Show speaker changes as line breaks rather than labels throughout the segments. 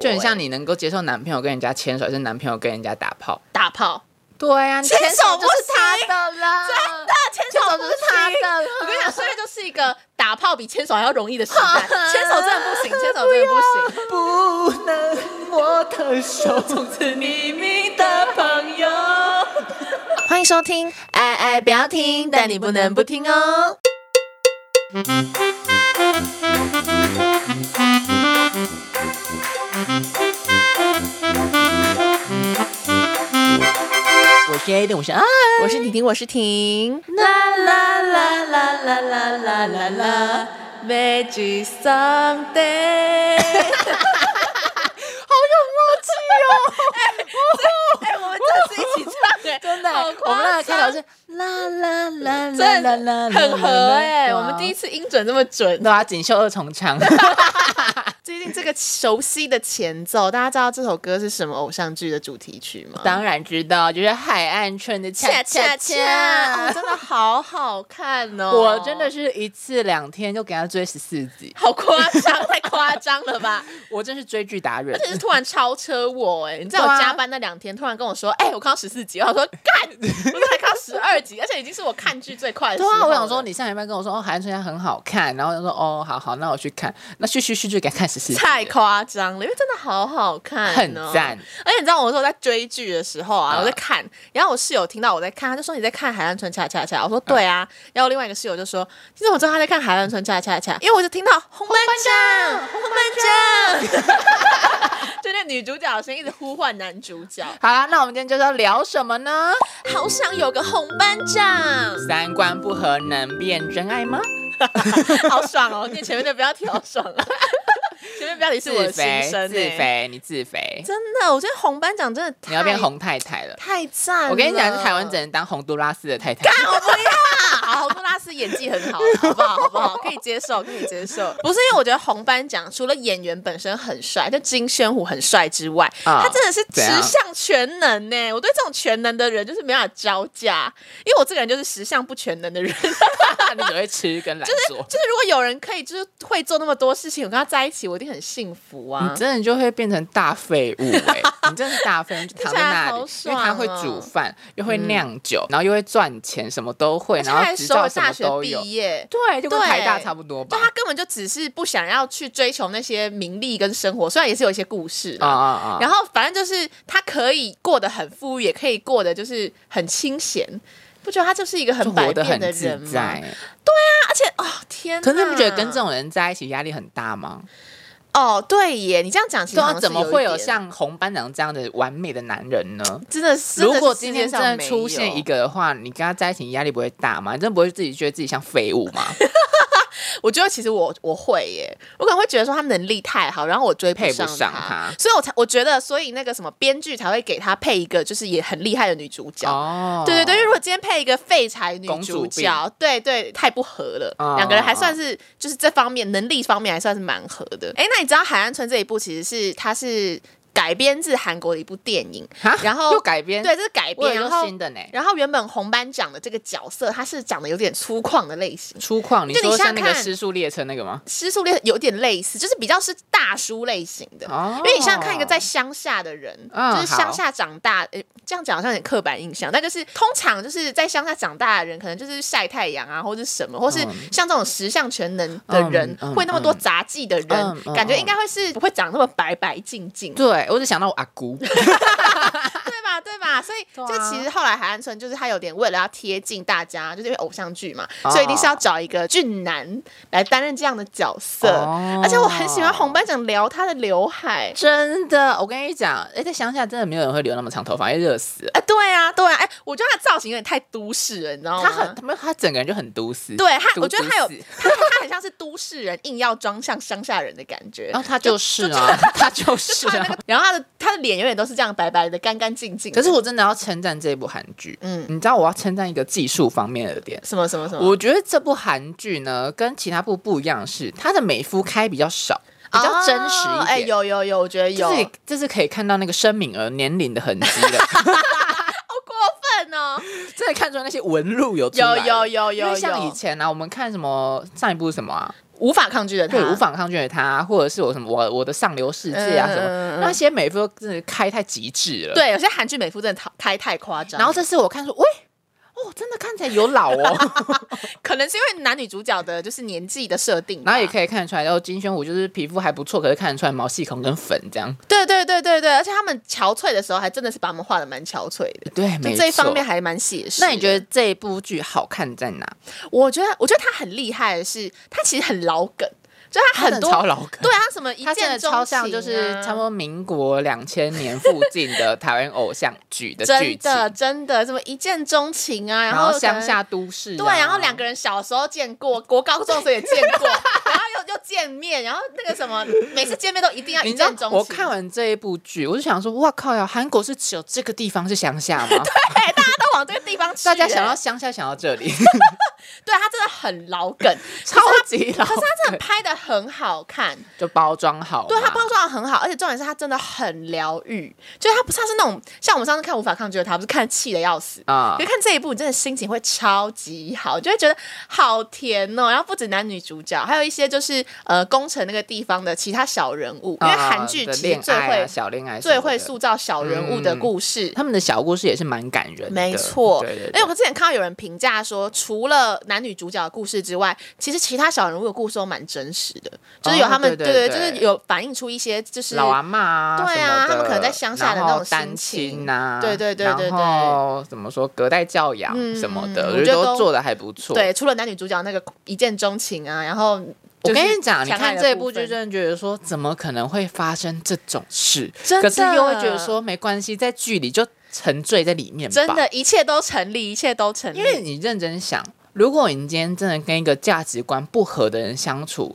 就很像你能够接受男朋友跟人家牵手，还是男朋友跟人家打炮？
打炮，
对啊，
牵
牵
手
手
不
就是
行
他的啦，
真的牵
牵
手
手
不
就
行
是他的啦。
我跟你 讲，现在就是一个打炮比牵手还要容易的时 代，牵手真的不行，牵手真的不行。
不能握的手，从此你们的朋友。
欢迎收听，爱爱哎不要听，但你不能不听哦。
我是 A 的，我是啊，
我是婷婷，我是婷。
啦啦啦啦啦啦啦啦啦，Magic Someday。
哦 哎、我们这是一起 唱、哎，
真的
好
我
夸
们那个开头
张
是啦啦啦啦
真
啦
的
啦，
很合哎、我们第一次
次
音准这么准。哦
对啊，锦绣二重 唱。
最近这个熟悉的前奏，大家知道这首歌是什么偶像剧的主题曲吗？
当然知道，就是海岸村的恰恰
恰恰恰，哦
恰。
真的好好看哦！
我真的是一次两天就给他追十四集，
好夸张，太夸张了吧！
我真是追剧达人
而。且是突然超车我哎、你知道
对
我
啊
加班那两天，突然跟我 说，哎、我看到十四集，我想说干，我才看到十二集，而且已经是我看剧最快的时
对
候了。
啊，我想说你上礼拜跟我说哦，海岸春夏很好看，然后我就说哦，好好，那我去看，那去去去就给他看十四集，
太夸张了，因为真的好好看、哦，
很赞。
而且你知道，我说在追剧的时候啊，
嗯
我在看，然后我室友听到我在看，他就说你在看《海岸村恰恰恰》，我说对啊。然后另外一个室友就说，你怎么知道他在看《海岸村恰恰恰》？因为我就听到红班长，红班长，就那女主角的声音一直呼唤男主角，
好啦，那我们今天就是要聊什么呢？
好想有个红班长，
三观不合能变真爱吗？
好爽哦！你前面的不要提，好 爽啊！前面标题是我的
自
心
肥，
声、欸，
自，肥，你自肥，
真的，我觉得红班长真的太
你要变红太太了。
太赞了！
我跟你讲，台湾只能当洪都拉斯的太太。
干，我不要。啊好，洪都拉斯演技很好，好不好？好不好？可以接受，可以接受。 不是因为我觉得红班长除了演员本身很帅，就金宣虎很帅之外，
啊
他真的是十
怎样
项全能呢、我对这种全能的人就是没办法招架，因为我这个人就是十项不全能的人。
你只会吃跟懒惰，
就是如果有人可以就是会做那么多事情，我跟他在一起，我一定很幸福啊
你！真的就会变成大废物 哎、你真的是大废物，就躺在那里，
听起
因
来好爽哦
为他会煮饭，又会酿酒，然后又会赚钱，什么都会，
而且
然
他还
后执
首
照
尔
什
大
么
学
都有。
毕业，
对，就跟
对
台大差不多吧
就。他根本就只是不想要去追求那些名利跟生活，虽然也是有一些故事
啊
啊。
啊啊！
然后反正就是他可以过得很富裕，也可以过得就是很清闲，不觉得他就是一个
就
很百
活得
变
很
的
自
人吗？
在，
而且哦天哪，
可是你不觉得跟这种人在一起压力很大吗？
哦对耶，你这样讲其实
对
好
啊，
像
怎么
是有一
会有
点
像红班长这样的完美的男人呢？
真的是？
如果
真
今
的是世
天真
界上
的
没有
出现一个的话，你跟他在一起，你压力不会大吗？你真的不会自己觉得自己像废物 吗？
我觉得其实我我会耶，我可能会觉得说他能力太好，然后我追
配不
上
上他
所以我才我觉得，所以那个什么编剧才会给他配一个就是也很厉害的女主角。
哦
啊对对对，因为如果今天配一个废柴女
公主
主
病
角，对对，太不合了。
哦
两个人还算是就是这方面能力方面还算是蛮合的。哎，那你知道《海岸村》这一部其实是它是改编自韩国的一部电影，
哈
然 后
又改编，
对，这是改
我
编，
有一
然
个
后
新的呢。
然后原本红班长的这个角色，他是长得有点粗犷的类型。
粗犷，你
就你
说
想
像那个
看
失速列车那个吗？
失速恋有点类似，就是比较是大叔类型的。
哦
因为你想想看，一个在乡下的人，
嗯
就是乡下长大，诶、这样讲好像有点刻板印象，但就是通常就是在乡下长大的人，可能就是晒太阳啊，或者什么，或是
嗯
像这种十项全能的人，
嗯嗯
会那么多杂技的人，
嗯嗯
感觉应该会是不会长那么白白净净，
对，我只想到我阿 姑，
对吧？对吧？所以
对啊
就其实后来海岸村就是他有点为了要贴近大家，就是因为偶像剧嘛，
哦
所以一定是要找一个俊男来担任这样的角色。
哦
而且我很喜欢红班长撩他的刘海。
真的，我跟你讲，哎，在乡下真的没有人会留那么长头发，因为热死了。
啊，对啊，对啊，哎、我觉得他的造型有点太都市了，你知道吗？
他很，他没有他整个人就很都市，
哦啊对他，
都
我觉得他有
都市，
他他很像是都市人，硬要装像乡下人的感觉。
然后他就是啊，他就是
穿那
啊
个。，然后他的他的脸永远都是这样白白的、干干净净的。
可是我真的要称赞这部韩剧，
嗯
嗯，你知道我要称赞一个技术方面的点。
什么什么什么，
我觉得这部韩剧呢，跟其他部不一样的是，它的美肤开比较少，比较真实
哦哎、
一点。
有有有，我觉得有，
就是这是可以看到那个申敏儿年龄的痕迹的，
好过分哦！
真的看出来那些纹路有出来
有
了
有有有
因
有，
为像以前啊，我们看什么上一部是什么啊？
无法抗拒的他，
对无法抗拒的他，或者是我什么我我的上流世界啊什么，
嗯嗯嗯嗯
那些美肤真的开太极致了。，
对，有些韩剧美肤真的太开太夸张，
然后这次我看说，喂，哦，真的看起来有老 哦，
可能是因为男女主角的就是年纪的设定吧，
然后也可以看得出来，然后金宣虎就是皮肤还不错，可是看得出来毛细孔跟粉这样。
对对对对对，而且他们憔悴的时候还真的是把他们画的蛮憔悴的，
对，
就
没
这一方
错
面。还蛮写实的。
那你觉得这部剧好看在哪？
我觉得，我觉得他很厉害的是，他其实很老梗，就他
他真的
很多
超老梗，
对他什么一
他真
见
的
钟情、
超
啊，
像，就是差不多民国两千年附近的台湾偶像剧的嗯剧
真
情，
的真的什么一见钟情啊，
然
后
后乡
可能
下都市啊、
对，然后两个人小时候见过，国高中的时候也见 过，然后又又见面，然后那个什么，每次见面都一定要一
你知道
见钟情。
我看完这一部剧，我就想说，哇靠呀，韩国是只有这个地方是乡下吗？
哎，大家都往这个地方 去、
大家想
哎
到乡下，想到这 里，
对他真的很老梗，
超级 老
可是他真的拍的很好看，
就包装好嘛，
对他包装的很好，而且重点是他真的很疗愈，就是他不是他是那种像我们上次看《无法抗拒的他》，不是看气的要死。
啊
可是看这一部，你真的心情会超级好，就会觉得好甜哦。然后不止男女主角，还有一些就是呃工程那个地方的其他小人物，因为
啊
韩剧
的
其实
恋
最
爱
会、
啊、小恋爱什
最
么
会
的
塑造小人物的故事。
他们的小故事也是蛮感人的，
没错，
对对
因为
对。
我之前看到有人评价说，除了男女主角的故事之外，其实其他小人物的故事都蛮真实的，就是有
哦
他们、
对对
对就是
对
有反映出一些就是
老阿嬷啊，
对
什
啊
么的
他们可能在乡下的
然
那
后
种心
单
情
亲啊，
对对对对对
然后怎么说隔代教养什么的，
嗯
我觉得
我觉得
都
都
做的还不错。
对，除了男女主角那个一见钟情啊，然后
我
就是
跟你讲，你
相爱
看
的
这
部
部剧，
分
真的觉得说，怎么可能会发生这种事？
真
可是
的
又会觉得说，没关系，在剧里就沉醉在里面吧。
真的，一切都成立，一切都成立，
因为你认真想，如果你今天真的跟一个价值观不合的人相处，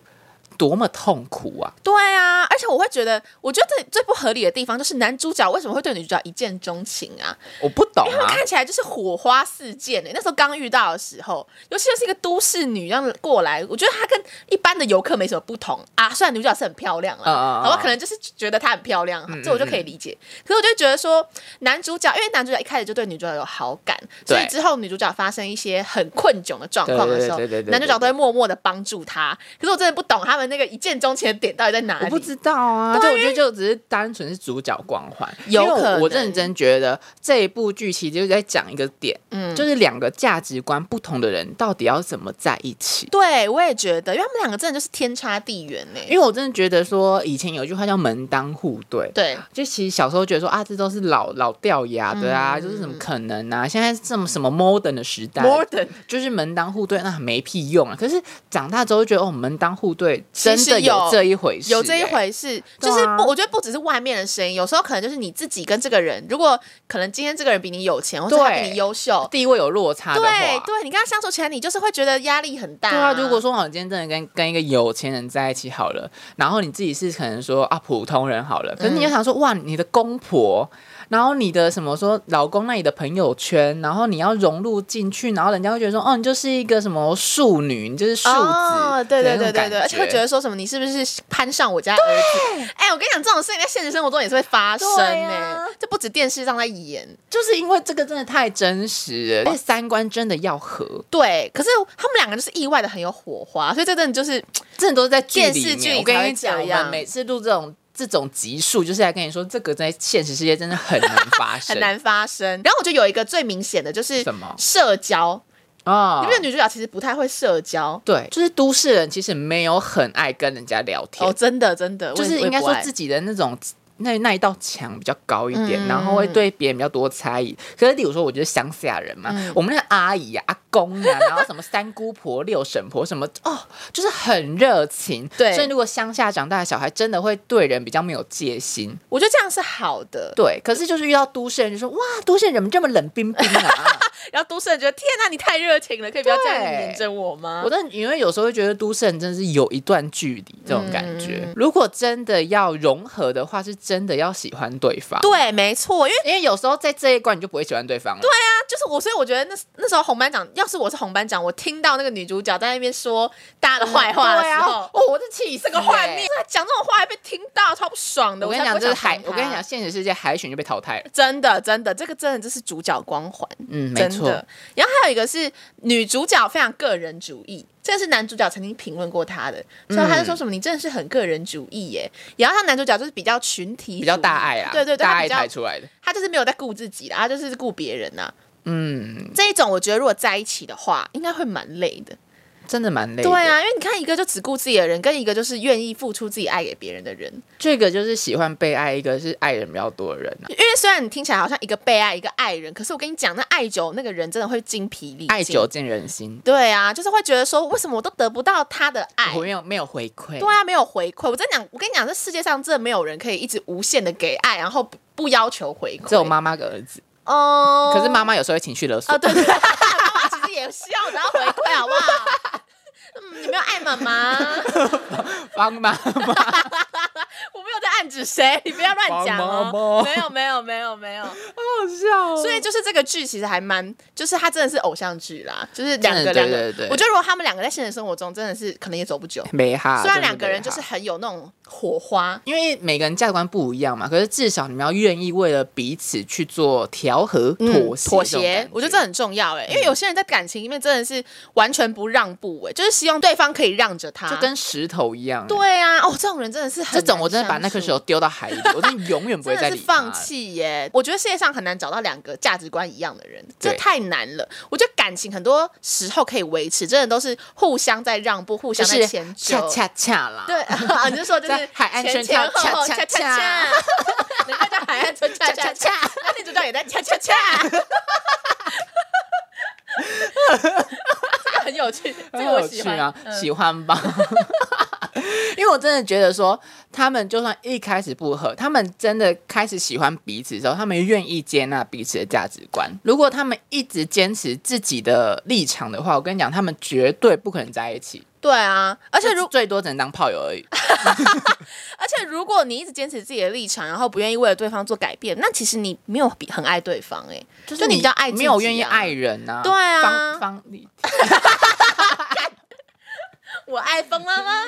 多么痛苦啊！
对啊，而且我会觉得，我觉得最最不合理的地方就是男主角为什么会对女主角一见钟情啊？
我不懂
他们
啊。
看起来就是火花四溅的、欸那时候刚遇到的时候，尤其是一个都市女这样过来，我觉得她跟一般的游客没什么不同啊。虽然女主角是很漂亮
嗯嗯
了，
嗯
好吧，可能就是觉得她很漂亮，啊
嗯嗯
这我就可以理解。可是我就觉得说，男主角因为男主角一开始就对女主角有好感，
嗯
所以
对
之后女主角发生一些很困窘的状况的时候
对对对对对，对
男主角都会默默的帮助她。可是我真的不懂他们那个一见钟情的点到底在哪里。
我不知道啊，
对
对，我觉得就只是单纯是主角光环，
有
因为我
可能
我认真觉得这一部剧其实就是在讲一个点，
嗯
就是两个价值观不同的人到底要怎么在一起。
对，我也觉得，因为他们两个真的就是天差地远呢、
因为我真的觉得说，以前有一句话叫“门当户对”，
对，
就其实小时候觉得说啊，这都是老老掉牙的啊，
嗯
就是怎么可能啊？现在这么什么 modern 的时代
Modern
就是门当户对，那没屁用啊。可是长大之后就觉得哦，门当户对真
其
的
实有
这一回事、
有这一
欸，
回事，
对
就是
啊
不，我觉得不只是外面的声音，有时候可能就是你自己跟这个人，如果可能今天这个人比你有钱，或者他
对
比你优秀，
地位有落差的话，
对对，你跟他相处起来，你就是会觉得压力很大、
对啊，如果说好，你今天真的跟跟一个有钱人在一起好了，然后你自己是可能说啊普通人好了，可是你要想说、哇，你的公婆，然后你的什么说老公那里的朋友圈，然后你要融入进去，然后人家会觉得说哦，你就是一个什么庶女，你就是庶子，
哦，对对
的
对
那种
对
感
对，而且会觉得说什么，你是不是攀上我家儿子？哎、我跟你讲，这种事情在现实生活中也是会发生呢、
对啊
这不止电视上在演，
就是因为这个真的太真实了，而且三观真的要合，
对。可是他们两个就是意外的很有火花，所以这真的就是
真的都是在剧
电
里
视剧
面
里
我跟
才
你
会
讲，
这
我
样
们每次录这种。这种集数就是来跟你说，这个在现实世界真的 很难发生，
很难发生。然后我觉得有一个最明显的就是
什么
社交，
啊！
因为女主角其实不太会社交。
对，就是都市人其实没有很爱跟人家聊天，
哦，真的真的，
就是应该说自
己
己的那种那那一道墙比较高一点，
嗯
然后会对别人比较多猜疑。可是，例如说，我觉得乡下人嘛，我们那个阿姨啊、阿公啊，然后什么三姑婆、 六婶婆什么，哦，就是很热情。
对
所以如果乡下长大的小孩，真的会对人比较没有戒心。
我觉得这样是好的。
对，可是就是遇到都市人，就说哇，都市人怎么这么冷冰冰啊？
然后都市人觉得天哪、你太热情了，可以不要这样
对
黏着我吗
我？真的因为有时候会觉得都市人真的是有一段距离这种感觉。
嗯
如果真的要融合的话，是真的要喜欢对方。，
对，没错，因为
因为有时候在这一关你就不会喜欢对方了。
那就是我，所以我觉得那那时候红班长要要是我是红班长，我听到那个女主角在那边说大家的坏话的
对
时
啊，
候
哦，，我这气死
整个幻灭，她讲这种话还被听到，超不爽
欸！
的。
我跟
才
你讲，
不
这是
想
海
烦，她
我跟你讲，，现实世界海选就被淘汰了。
真的真的，这个真的就是主角光环。
嗯，没
真
错，
的。然后还有一个是女主角非常个人主义，这个是男主角曾经评论过她的，
嗯
所以他就说什么、你真的是很个人主义耶。然后他男主角就是比较群体主义，
比较大爱啦，啊
对对对，
大
他
爱
比
抬
较
出来的。
他就是没有在顾自己啦，他就是顾别人呐、
嗯，
这一种我觉得如果在一起的话，应该会蛮累的。
真的蛮累。
对，啊，因为你看一个就只顾自己的人，跟一个就是愿意付出自己爱给别人的人。
这个就是喜欢被爱，一个是爱人比较多的人啊。
因为虽然你听起来好像一个被爱，一个爱人，可是我跟你讲，那爱久那个人真的会精疲力尽。
爱久见人心，
对啊，就是会觉得说，为什么我都得不到他的爱
我？没有没有回馈。
对啊，没有回馈。我真讲，我跟你讲，这世界上真的没有人可以一直无限的给爱，然后不不要求回馈。
只有？妈妈跟儿子，
哦、
可是妈妈有时候会情绪勒索
哦，。对 对，妈妈其实也需要得到回馈，好不好？嗯，你没有爱妈妈，我
帮妈妈，
没有在暗指谁，你不要乱
帮
讲
妈妈
哦。没有，没有，没有，没有。
好笑哦
所以就是这个剧其实还蛮，就是它真的是偶像剧啦，就是两个
真的
两
对
个
对对。
我觉得如果他们两个在现实生活中，真的是可能也走不久。
没哈，
虽然
啊真的
两个人
没哈
就是很有那种火花，
因为每个人价值观不一样嘛，可是至少你们要愿意为了彼此去做调和、妥协、
嗯妥协，我觉得这很重要哎、
嗯
因为有些人在感情里面真的是完全不让步哎、就是希望对方可以让着他，
就跟石头一样、欸。
对啊，哦，这种人真的是很
这种我
难
真的把那颗
相处
石头丢到海里，我真的永远不会
真
再
的是
理他
放弃耶！我觉得世界上很难找到两个价值观一样的人，
对
这太难了。我觉得感情很多时候可以维持，真的都是互相在让步，互
就
相在
是
迁就。
恰恰恰啦。
对，啊你就说就是
在海岸
前
村
前
跳
后后
恰
恰
恰
恰恰， 人家叫海岸村恰恰恰，那女主角也在恰 恰恰。这个很有趣，这
很
个我
有
喜
趣
欢。
啊，
嗯
喜欢吧。 因为我真的觉得说，他们就算一开始不合，他们真的开始喜欢彼此之后，他们愿意接纳彼此的价值观。如果他们一直坚持自己的立场的话，我跟你讲，他们绝对不可能在一起，
对啊，而且如
最多只能当炮友而 已。
而且如果你一直坚持自己的立场，然后不愿意为了对方做改变，那其实你没有比很爱对方哎、
就
你比较爱自
没有
己
愿意
啊
爱人呐、
对啊
方方你
我爱疯了吗？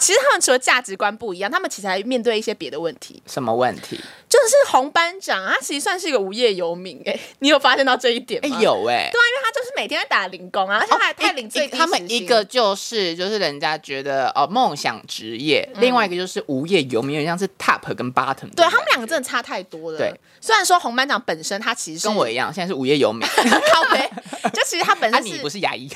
其实他们除了价值观不一样，他们其实还面对一些别的问题。
什么问题？
就是红班长，他其实算是一个无业游民哎、 你有发现到这一点
哎、
吗？
有哎、
对啊，因为他就是每天在打零工啊，而且他还太领最
一
低
他们
时薪
一个就是就是人家觉得哦梦想职业，另外一个就是无业游民，有点像是 top 跟 bottom 的感觉。
嗯对啊他们两个真的差太多了。
对，
虽然说红班长本身他其实是
跟我一样，现在是无业游民。
靠背，就其实他本
那、
身
你
是，
不是牙医？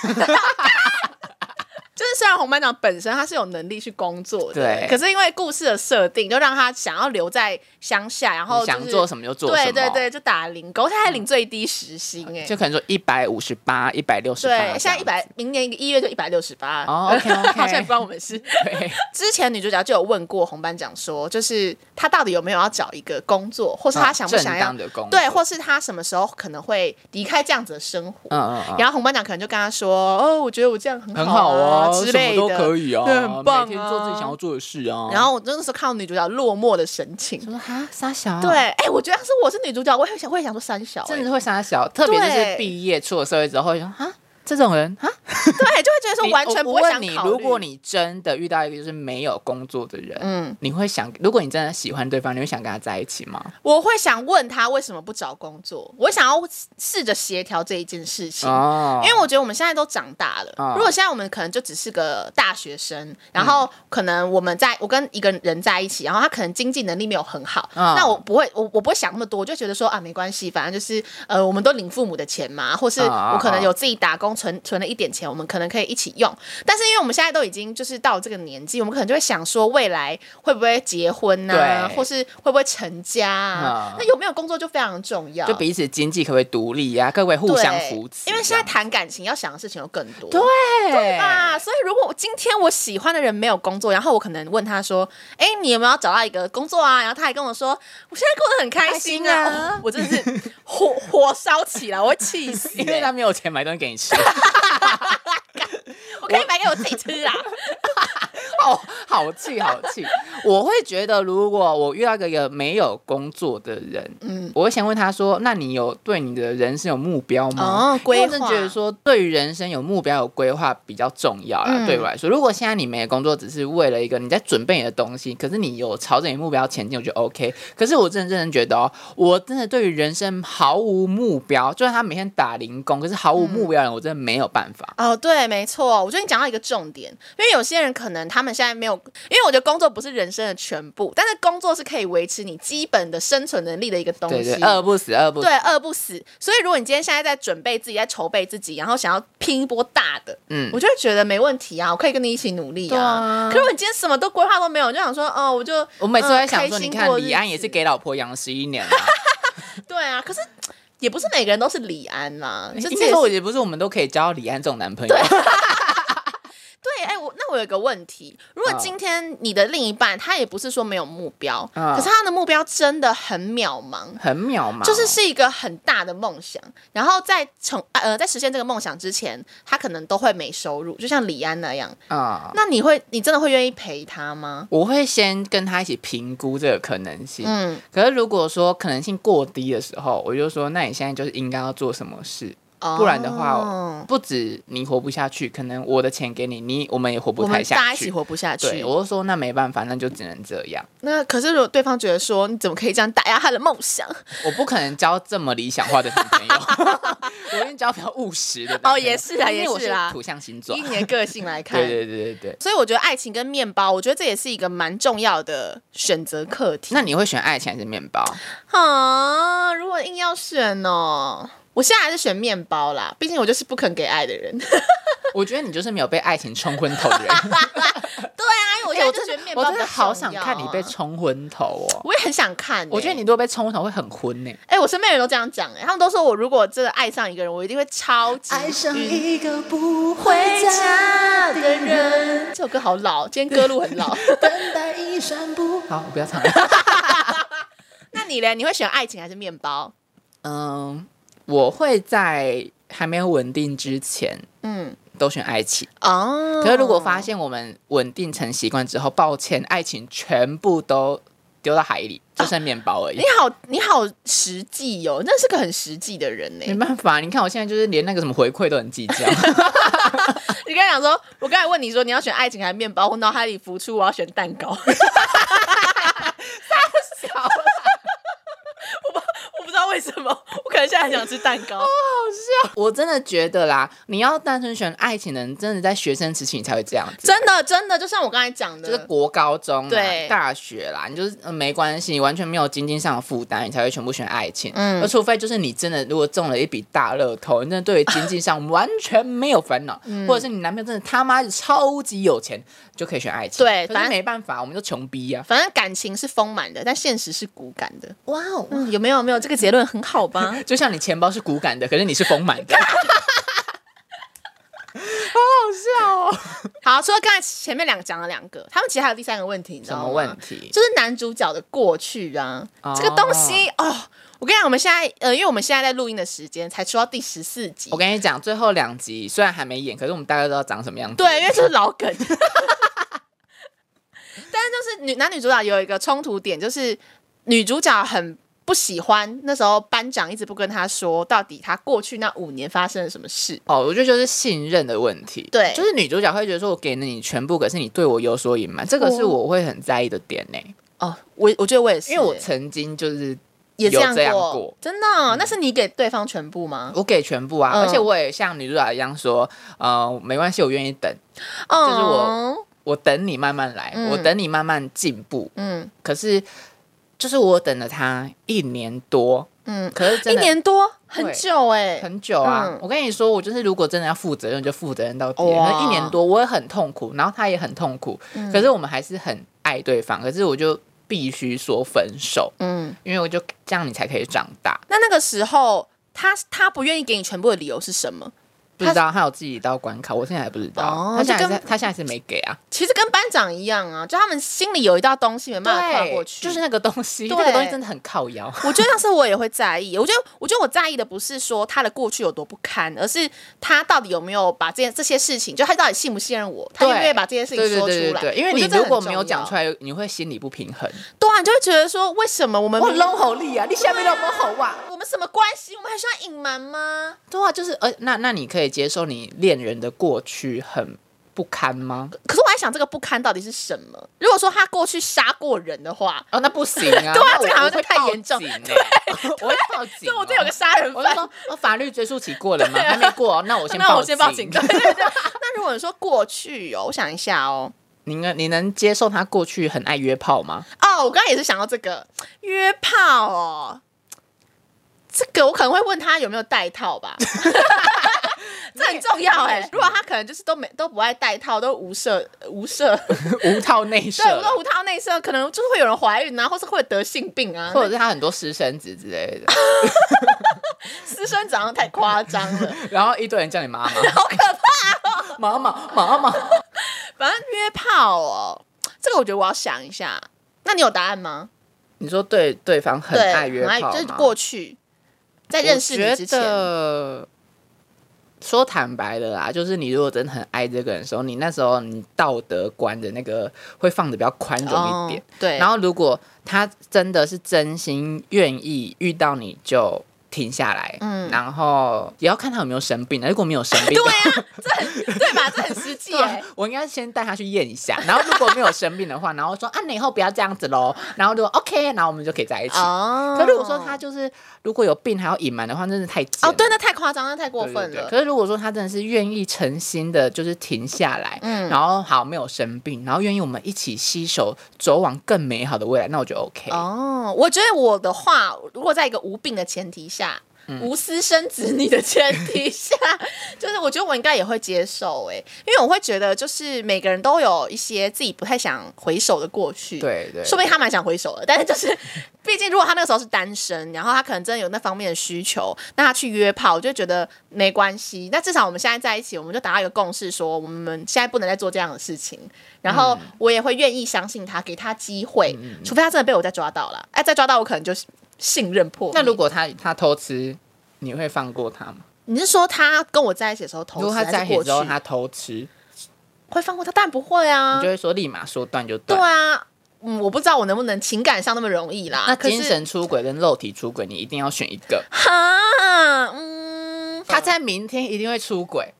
就是虽然红班长本身他是有能力去工作的，
对
可是因为故事的设定，就让他想要留在乡下，然后、就是、
想做什么就做什么。
对对对，就打零工，他还领最低时薪哎、
就可能说一百五十八、一百六十八。
对，现在一。百，明年一月就一百六十八。
哦，OK，OK
好像也不关我们事。
对，
之前女主角就有问过红班长说，就是她到底有没有要找一个工作，或是她想不想
啊正
要、
当的工作
对，或是她什么时候可能会离开这样子的生活。
嗯嗯嗯。
然后红班长可能就跟她说：“哦，我觉得我这样很
很好
好啊
啊，
之类
什么
的。
都可以啊，
对很棒啊
每天做自己想要做的事啊。
然后我那时候看到女主角落寞的神情，
我说哈傻小，
对，，哎、我觉得要是我是女主角，我也会想会想说三小、哎
真的会傻小，特别就是
对
毕业出了社会之后，会想啊这种人啊，
对，就会觉得说
你
完全
我
不
我
会
问
想
你，
考虑。
如果你真的遇到一个就是没有工作的人，
嗯，
你会想，如果你真的喜欢对方，你会想跟他在一起吗？
我会想问他为什么不找工作，我想要试着协调这一件事情。
哦
因为我觉得我们现在都长大了，
哦
如果现在我们可能就只是个大学生，然
嗯
后可能我们在我跟一个人在一起，然后他可能经济能力没有很好，
哦
那我不会，我我不会想那么多，我就觉得说啊没关系，反正就是呃我们都领父母的钱嘛，或是
哦哦
我可能有自己打工存存了一点钱，我们可能可以一起用。但是因为我们现在都已经就是到这个年纪，我们可能就会想说未来会不会结婚呐、
对
或是会不会成家啊
哦？
那有没有工作就非常重要，
就彼此经济可不可以独立呀、可不可以互
对
相扶持？
因为现在谈感情要想的事情有更多，对
这样对
吧？所以如果我今天我喜欢的人没有工作，然后我可能问他说：“哎，你有没有要找到一个工作啊？”然后他还跟我说：“我现在过得很开心啊！”
开心啊
哦我真的 是火火烧起来，我会气死、
因为
欸
他没有钱买东西给你吃，
我可以买给我自己吃啊！
好哦好气好气。我会觉得，如果我遇到一个有没有工作的人，嗯，我会先问他说：“那你有对你的人生有目标吗？”
哦规划
因为我真的觉得说，对于人生有目标、有规划比较重要啦。
嗯
对我来说，如果现在你没有工作，只是为了一个你在准备你的东西，可是你有朝着你的目标前进，我觉得 OK。可是我真的认真觉得哦，我真的对于人生毫无目标，就算他每天打零工，可是毫
嗯
无目标的人，我真的没有办法。
哦，对，没错，我觉得你讲到一个重点，因为有些人可能他们现在没有，因为我觉得工作不是人生的全部，但是工作是可以维持你基本的生存能力的一个东
对
西。
对，饿不死，饿不死。
对，饿不死。所以如果你今天现在在准备自己，在筹备自己，然后想要拼一波大的，
嗯
我就会觉得没问题啊，我可以跟你一起努力
对啊
可是如果你今天什么都规划都没有，你就想说，哦，我就
我每次都在想说，
嗯
你
开心过
看
日子
李安也是给老婆养了十一年啊了，
对啊，可是也不是每个人都是李安啦， 就
哎应
这
该
也
说
是
我也不是我们都可以交到李安这种男朋友。啊
对，哎，我那我有个问题，如果
啊
今天你的另一半他也不是说没有目标，
啊
可是他的目标真的很渺茫。
很渺茫，
就是是一个很大的梦想，然后在成呃在实现这个梦想之前，他可能都会没收入，就像李安那样。
啊、
那你会，你真的会愿意陪他吗？
我会先跟他一起评估这个可能性。
嗯，
可是如果说可能性过低的时候，我就说，那你现在就是应该要做什么事，不然的话
嗯哦
不止你活不下去，可能我的钱给你，你我们也活不
我们
太
大家
下
一起
去。
活不下去
对，。我就说那没办法，那就只能这样。
那可是如果对方觉得说你怎么可以这样打压他的梦 想？
我不可能交这么理想化的男朋 友，我一定交比较务实的男朋友。
哦也是啊
因为我
也是啊
土象星座
以。你的个性来看，
对对对对对。
所以我觉得爱情跟面包，我觉得这也是一个蛮重要的选择课题。
那你会选爱情还是面 包？
啊，如果硬要选哦，我现在还是选面包啦，毕竟我就是不肯给爱的 人。 对
我觉得你就是没有被爱情冲昏头的人。
啊，因为我现在
哎我
就
真
觉
的
得 面包、
我真的好想看你被，冲昏头哦。
啊我也很想看欸、
我觉得你如果被冲昏头会很昏呢、
哎、我身边人都这样讲、哎，他们都说我如果真的爱上一个人，我一定会超级
爱上
晕
一个不回家的人，
这首歌好老，今天歌路很老。
等待一扇不
好，我不要唱。
那你嘞？你会选爱情还是面包？
嗯，我会在还没有稳定之前
嗯，
都选爱情。
哦。
可是如果发现我们稳定成习惯之后，抱歉，爱情全部都丢到海里，就剩面包而已
你。好，你好实际哦，那是个很实际的人呢、
没办法，你看我现在就是连那个什么回馈都很计较。
你刚才讲说，我刚才问你说你要选爱情还是面包，我脑海里浮出我要选蛋糕。 傻小啦我不我不知道为什么，我可能现在很想吃蛋
哦
糕。
我真的觉得啦，你要单纯选爱情的人，真的在学生时期你才会这样子。
真的真的，就像我刚才讲的，
就是国高中、
对
对大学啦，你就是、呃没关系，你完全没有经济上的负担，你才会全部选爱情。
嗯
嗯，而除非就是你真的如果中了一笔大乐透，你真的对于经济上完全没有烦 恼，
嗯
或者是你男朋友真的他妈的超级有钱，就可以选爱情。
对
可
反
是
正
没办法，我们就穷逼啊呀、
反正感情是丰满的，但现实是骨感的。
哇哦，
嗯，有没有有没有这个结论很好吧？
就像你钱包是骨感的，可是你是丰满的。
好，除了刚才前面两个讲了两个，他们其实还有第三个问题，你知道
什
吗？
么问题？
就是男主角的过去啊，
哦
这个东西哦，我跟你讲，我们现在呃，因为我们现在在录音的时间才出到第十四集
我，跟你讲，最后两集虽然还没演，可是我们大概知道长什么样子。
对，因为这是老梗。 但是就是女男女主角有一个冲突点，就是女主角很不喜欢那时候班长一直不跟她说到底她过去那五年发生了什么事。
哦，我觉得就是信任的问题。
对
就是女主角会觉得说，我给了你全部，可是你对我有所隐瞒，这个是我会很在意的点呢、
哦，我我觉得我也是，欸
因为我曾经就是
也这
有
样
这样
过，
过嗯
真的哦、那是你给对方全部吗？
我给全部啊，
嗯
而且我也像女主角一样说，呃，没关系，我愿意等，
哦，
是我，我等你慢慢来，
嗯
我等你慢慢进步。
嗯
可是就是我等了他一年多，
嗯，
可是
一
真的
年多，很久哎、
很久啊！
嗯
我跟你说，我就是如果真的要负责任，就负责任到底。
哇
可是一年多，我也很痛苦，然后他也很痛苦，可是我们还是很爱对方。可是我就必须说分手，
嗯，
因为我就这样你才可以长大。
那那个时候他他不愿意给你全部的理由是什么？
不知道他有自己一道关卡，我现在还不知道。
哦
他现在
就跟
是他现在是没给啊，
其实跟班长一样啊，就他们心里有一道东西没办法跨过去，
就是那个东西，
对
那个东西真的很靠腰。
我觉得当时我也会在意，我觉得，我觉得我在意的不是说他的过去有多不堪，而是他到底有没有把这件这些事情，就他到底信不信任我，他
对
有没有把这件事情
对对
说出来？
对对对，因为
我
你
觉得这
如
很
果没有
重要
讲出，来，你会心里不平衡。
对啊，你就会觉得说，为什么我们明
好力啊！你下面有没有好啊哇？
我们什么关系？我们还需要隐瞒吗？
对啊，就是呃，那那你可以接受你恋人的过去很不堪吗？
可是我还想这个不堪到底是什么？如果说他过去杀过人的话，
哦，那不行啊！
对啊
那我
这个好像
我会
太严重
报警欸我会报警
就
哦。
啊我这有个杀人
我就
犯，
说，哦，法律追诉期过了吗？还没过哦，那我先
啊那我先报警。
警
对。对对。那如果你说过去哦，我想一下哦，
你能你能接受他过去很爱约炮吗？
哦，我刚刚也是想到这个约炮哦，这个我可能会问他有没有带套吧， 这很重要哎、 如果他可能就是都没都不爱带套，都无射无射，
无套内射
对，，如果无套内射，可能就是会有人怀孕啊，或是会得性病啊，
或者是他很多私生子之类的，
私生子好像太夸张 了，
然后一堆人叫你妈妈，
好可怕。哦
妈妈，妈妈。
反正约炮哦，这个我觉得我要想一下。那你有答案吗？
你说对对方很
对，
爱约
很
炮
就是
吗
过去在认识你之
我觉
前，
得说坦白的啦，就是你如果真的很爱这个人的时候，你那时候你道德观的那个会放的比较宽容一点。
哦对，
然后如果他真的是真心愿意遇到你就。停下来，
嗯
然后也要看他有没有生病啊。如果没有生病的话，
对吧？这啊很 实际哎、
我应该先带他去验一下，然后如果没有生病的话，然后说啊，你以后不要这样子喽。然后就 OK，然后我们就可以在一起。
哦
啊可如果说他就是如果有病还要隐瞒的话，真的太贱
哦，
了
对，那太夸张，那太过
对
分
对对
了。
可是如果说他真的是愿意诚心的，就是停下来，
嗯
然后好没有生病，然后愿意我们一起携手走往更美好的未来，那我就 OK。
哦，我觉得我的话，如果在一个无病的前提下，
嗯
无私生子女的前提 下，就是我觉得我应该也会接受哎、因为我会觉得就是每个人都有一些自己不太想回首的过去，，
对对，
说不定他蛮想回首的，但是就是。 毕竟，如果他那个时候是单身，然后他可能真的有那方面的需求，那他去约炮，我就觉得没关系。那至少我们现在在一起，我们就达到一个共识说我们现在不能再做这样的事情。然后我也会愿意相信他，给他机会，除非他真的被我再抓到了。哎，再抓到我可能就是信任破灭。
那如果他他偷吃，你会放过他吗？
你是说他跟我在一起的时候偷
如
吃，
果他
还
在
是
一起
过
之后
去
他偷吃，
会放过他？当然不会啊
你就。会说立马说断就
对
断。
啊，嗯，我不知道我能不能情感上那么容易啦。
那
啊可是
精神出轨跟肉体出轨，你一定要选一 个。
哈，嗯，
他在明天一定会出轨，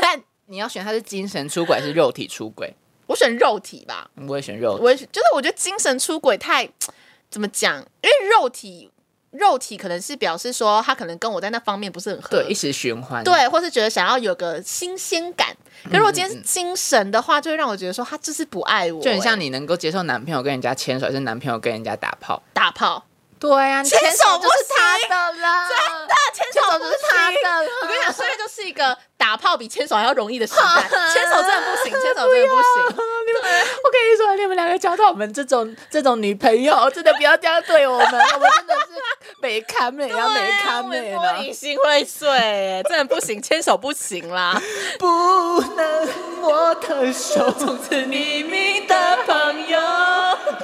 但你要选他是精神出轨还是肉体出轨？
我选肉体吧，
我会选肉体。
我也就是我觉得精神出轨太怎么讲？因为肉体肉体可能是表示说他可能跟我在那方面不是很合，
对，一直循环。
对，或是觉得想要有个新鲜感。可是如果今天是
嗯嗯
精神的话，就会让我觉得说他就是不爱我、
就很像
欸
你能够接受男朋友跟人家牵手，还是男朋友跟人家打炮？
打炮，
对啊，
牵手不
就是
行
他的啦，
真的牵
牵手
不
就是他
行
的啦。
我跟你讲，现在就是一个打炮比牵手还要容易的时代，牵手真的不行，牵手真的不行。
我跟你说，你们两个交到我们这种这种女朋友，真的不要这样对我们， 我们真的是没看美啊，没看美
对啊我们玻
了，
璃心会碎、欸，真的不行，牵手不行啦。
不能摸的手，
是你们的朋友。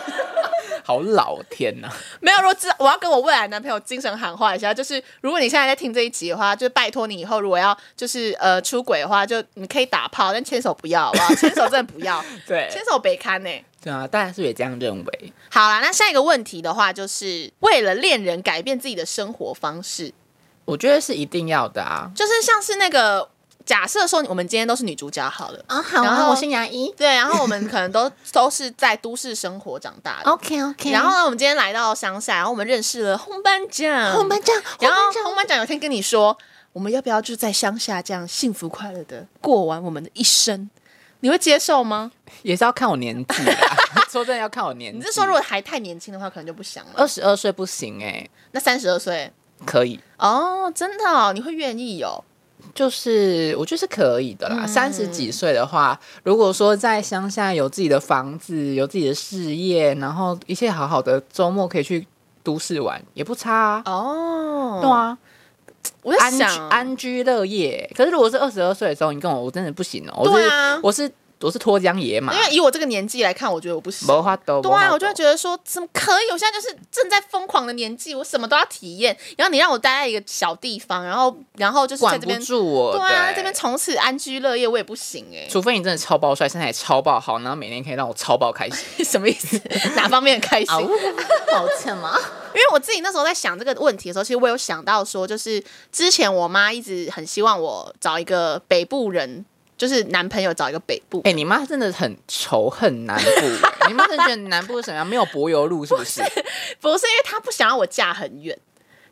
好老天啊呐、
没有，如果知我要跟我未来男朋友精神喊话一下，就是如果你现在在听这一集的话，就拜托你以后如果要就是呃出轨的话，就你可以打炮，但牵手不要，好不好？牵手真的不要，
对
牵手别看呢、
对啊，大家是不是也这样认为？
好啦，那下一个问题的话，就是为了恋人改变自己的生活方式，
我觉得是一定要的啊。
就是像是那个假设说我们今天都是女主角好了，
哦，好
然
啊，
后
我是牙医。
对，然后我们可能都都是在都市生活长大的。
OK OK。
然后呢，我们今天来到乡下，然后我们认识了烘班酱。
红班长，
然后
红
红班长有一天跟你说，我们要不要就在乡下这样幸福快乐的过完我们的一生？你会接受吗？
也是要看我年纪啦，说真的要看我年纪。
你是说如果还太年轻的话，可能就不想了？
二十二岁不行哎、
呃那三十二岁
可以。
哦，真的哦，你会愿意哦？
就是我觉得是可以的啦。三十、几岁的话，如果说在乡下有自己的房子、有自己的事业，然后一切好好的，周末可以去都市玩，也不差啊。
哦，
对，啊，
我在
安居
想
安居乐业。可是如果是二十二岁的时候，你跟我，我真的不行哦、我
对
是、
啊
我是我是脱缰野马
因，为以我这个年纪来看，我觉得我不行。
没法都
对啊，我就会觉得说，怎么可以？我现在就是正在疯狂的年纪，我什么都要体验。然后你让我待在一个小地方，然后然后就是在
管不
这边，
住我。
对啊，
对
在这边从此安居乐业，我也不行哎、
除非你真的超爆帅，身材也超爆好，然后每天可以让我超爆开心。
什么意思？哪方面开
哦
心？
抱歉嘛，
因为我自己那时候在想这个问题的时候，其实我有想到说，就是之前我妈一直很希望我找一个北部人，就是男朋友找一个北部。
哎、你妈真的很仇恨南 部，你妈真的觉得南部是什么样？没有柏油路是不是？
不是因为她不想要我嫁很远，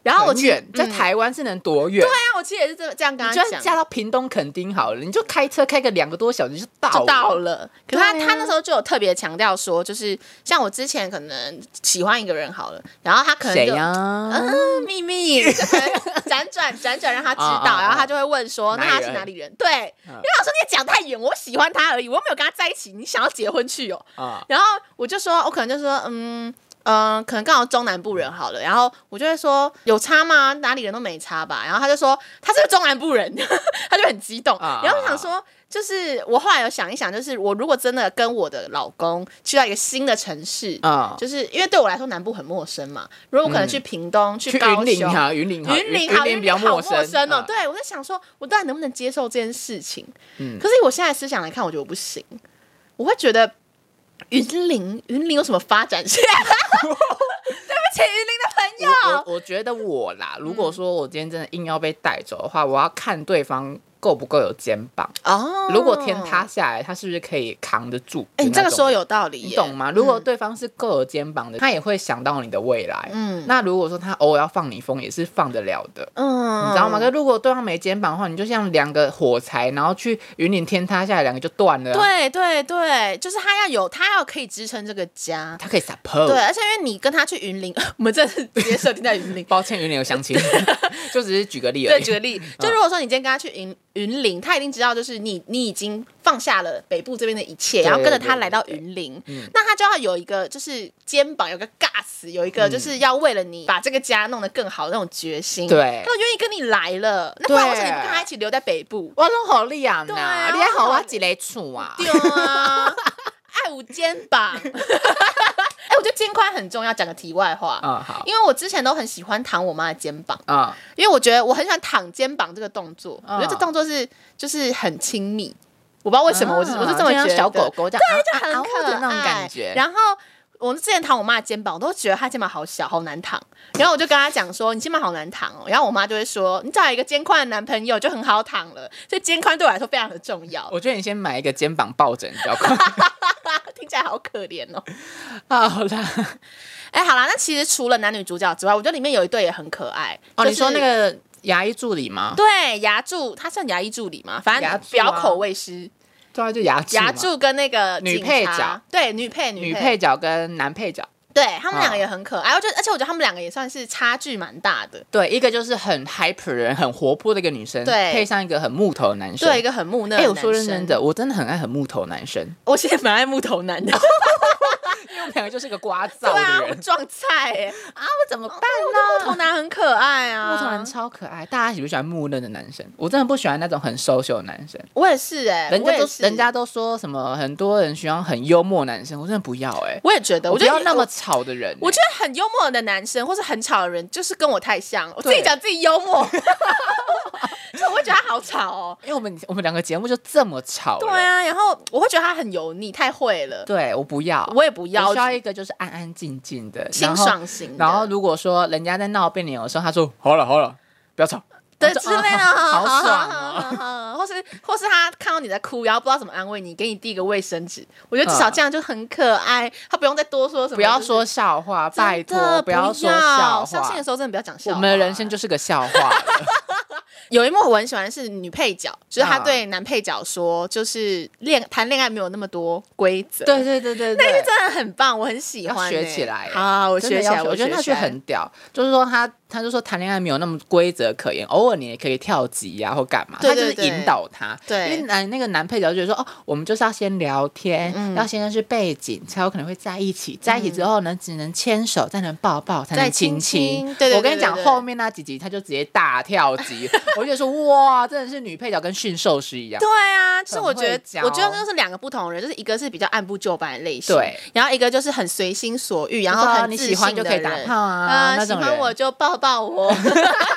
然后我
很
其实
远，在
嗯
台湾是能多远？
对啊，我其实也是这么这样跟
你
她
就算。
讲
嫁到屏东垦丁好了，你就开车开个两个多小时就到
就
了。
到了。可是他、
对啊
他那时候就有特别强调说，就是像我之前可能喜欢一个人好了，然后他可能
谁
就
呀、
嗯，秘密， 就可能辗转辗转让他知
啊啊
道，
啊
然后他就会问说，那
哪里
他是
人
哪里人？嗯对，因为我说你也讲太远，我喜欢他而已，我又没有跟他在一起，你想要结婚去哦。
啊，
然后我就说，哦我可能就说，嗯。嗯，可能刚好中南部人好了，然后我就会说有差吗？哪里人都没差吧。然后他就说他是个中南部人， 他就很激动。
啊
然后我想说，就是我后来有想一想，就是我如果真的跟我的老公去到一个新的城市，
啊嗯
就是因为对我来说南部很陌生嘛。如果我可能去屏东、去
去
高
云林
雄、
哈，云林哈，
云林好，
林比较
好陌
生
哦。
啊
对，我在想说，我到底能不能接受这件事情？
嗯
可是以我现在思想来看，我觉得我不行，我会觉得云林，云林有什么发展性？ 对不起，云林的朋
我
友，
我我觉得我啦，如
嗯
果说我今天真的硬要被带走的话，我要看对方够不够有肩膀。
哦
如果天塌，下来，他是不是可以扛得住？
哎，你这个说
说，
有道理，嗯
你懂？吗？如果对方是够有肩膀的，他也会想到你的未来。
嗯
那如果说他偶尔要放你风，也是放得了的。啊
嗯，
你知道吗？可是如果对方没肩膀的话，你就像两个火柴，然后去云林天塌下来，两个就断了啊。
对对对，就是他要有，他要可以支撑这个家。
他可以
对，
support。
而且因为你跟他去云林， 我们这是直接设定在云林，
抱歉，云林有相 亲，就只是举个例嗯而
对，
已
举。个例，就如果说你今天跟他去云云林，他一定知道，就是你你已经放下了北部这边的一切，
对
然后跟着
对
他
对
来到
对
云林
嗯，
那他就要有一个就是肩膀有个 gas，有一个就是要为了你把这个家弄得更好的那种决心。
嗯对
他就愿意跟你来了，那不然为什么你不跟他一起留在北部？
我拢好你啊，
对啊
呐，你还好我一个厝啊。
丢 啊，爱无肩膀。 哎，我觉得肩宽很重要。讲个题外话，
啊好
因为我之前都很喜欢躺我妈的肩膀。
啊，
因为我觉得我很喜欢躺肩膀这个动作，
嗯
我觉得这动作是就是很亲密，我不知道为什么，我是我是这么
就像
觉
嗯
得，哎
小狗狗这样，
对，就
啊
很
啊啊
可
的
爱
那种感觉。
然后我之前躺我妈的肩膀，我都觉得她肩膀好小，好难躺。然后我就跟她讲说：“你肩膀好难躺哦。”然后我妈就会说：“你找一个肩宽的男朋友就很好躺了。”所以肩宽对我来说非常的重要。
我觉得你先买一个肩膀抱枕比较快。
听起来好可怜哦。
好啦，
哎，好啦，那其实除了男女主角之外，我觉得里面有一对也很可爱。
哦，
就
你说
是
那个牙医助理吗？
对牙助，他算牙医助理嘛，反
牙
正
助
表
啊
口味师。
对啊，就牙助嘛
牙柱跟那个
女
警察
配角，
对女配女
女
配，
配啊角跟男配角，
对他们两个也很可爱。我觉得，而且我觉得他们两个也算是差距蛮大的。
对，一个就是很 hyper 人，很活泼的一个女生，
对
配上一个很木头的男生。
对一，个很木讷，
哎，我说认真，的，我真的很爱很木头的男生，
我其实蛮爱木头 男的。
因为我们两个就是个刮
对
噪
啊，
的
我
人。
撞菜 哎、啊，我怎么办
呢
木头男很可爱啊，
木头人超可爱，大家喜不喜欢木嫩的男生？我真的不喜欢那种很 social 的男生。
我也是哎、
人
我
家
也
都
是
人家都说什么，很多人喜欢很幽默的男生，我真的不要哎、
我也觉得，
我
我
不
觉得
要那么
我。
吵的人欸、
我觉得很幽默的男生，或是很吵的人，就是跟我太像。我自己讲自己幽 默，就我会觉得他好吵哦。
因为我们我们两个节目就这么吵，
对，啊，然后我会觉得他很油腻，太会了。
对我不要，
我也不要，
我需要一个就是安安静静的，
清
然后
爽型的
然后如果说人家在闹别扭的时候，他说好了好了，不要吵，
对
我就
之类的，
哦好好爽哦。
哦。或是或是他看到你在哭，然后不知道怎么安慰你，给你递一个卫生纸，我觉得至少
嗯
这样就很可爱，他不用再多说什么，
不要
就是
说笑话，
真的
拜托
不
要说笑
伤心
话
的。时候真的不要讲笑
我
话。啊
们的人生就是个笑话 了
有一幕我很喜欢的是女配角，就是她
嗯
对男配角说，就是恋谈恋爱没有那么多规则，
对对对 对
哎
对，
真的很棒，我很喜欢欸，
要学起来
好，我
真的
学起
要
来，
我觉得那句
学起来
很屌，就是说他他就说谈恋爱没有那么规则可言，偶尔你也可以跳级呀、或干嘛，
对对
他就是引导他。因
对
为男那个男配角就觉得说，哦，我们就是要先聊天，
嗯
要先认识背景，才有可能会在一起。在一起之后呢，只能牵手，再能抱抱，才
再
能亲
亲亲对对对
我跟你讲，
对对对
后面那几集他就直接大跳级，我就觉得说，哇，真的是女配角跟驯兽师一样。
对啊，就是
很
我觉
会
得，
教
我觉得那是两个不同的人，就是一个是比较按部就班的类型，
对，
然后一个就是很随心所欲，然后
说
很
你
自
喜欢
信
就
的
可以打
人
炮啊
啊
那
喜
种
欢
人
我就抱 抱我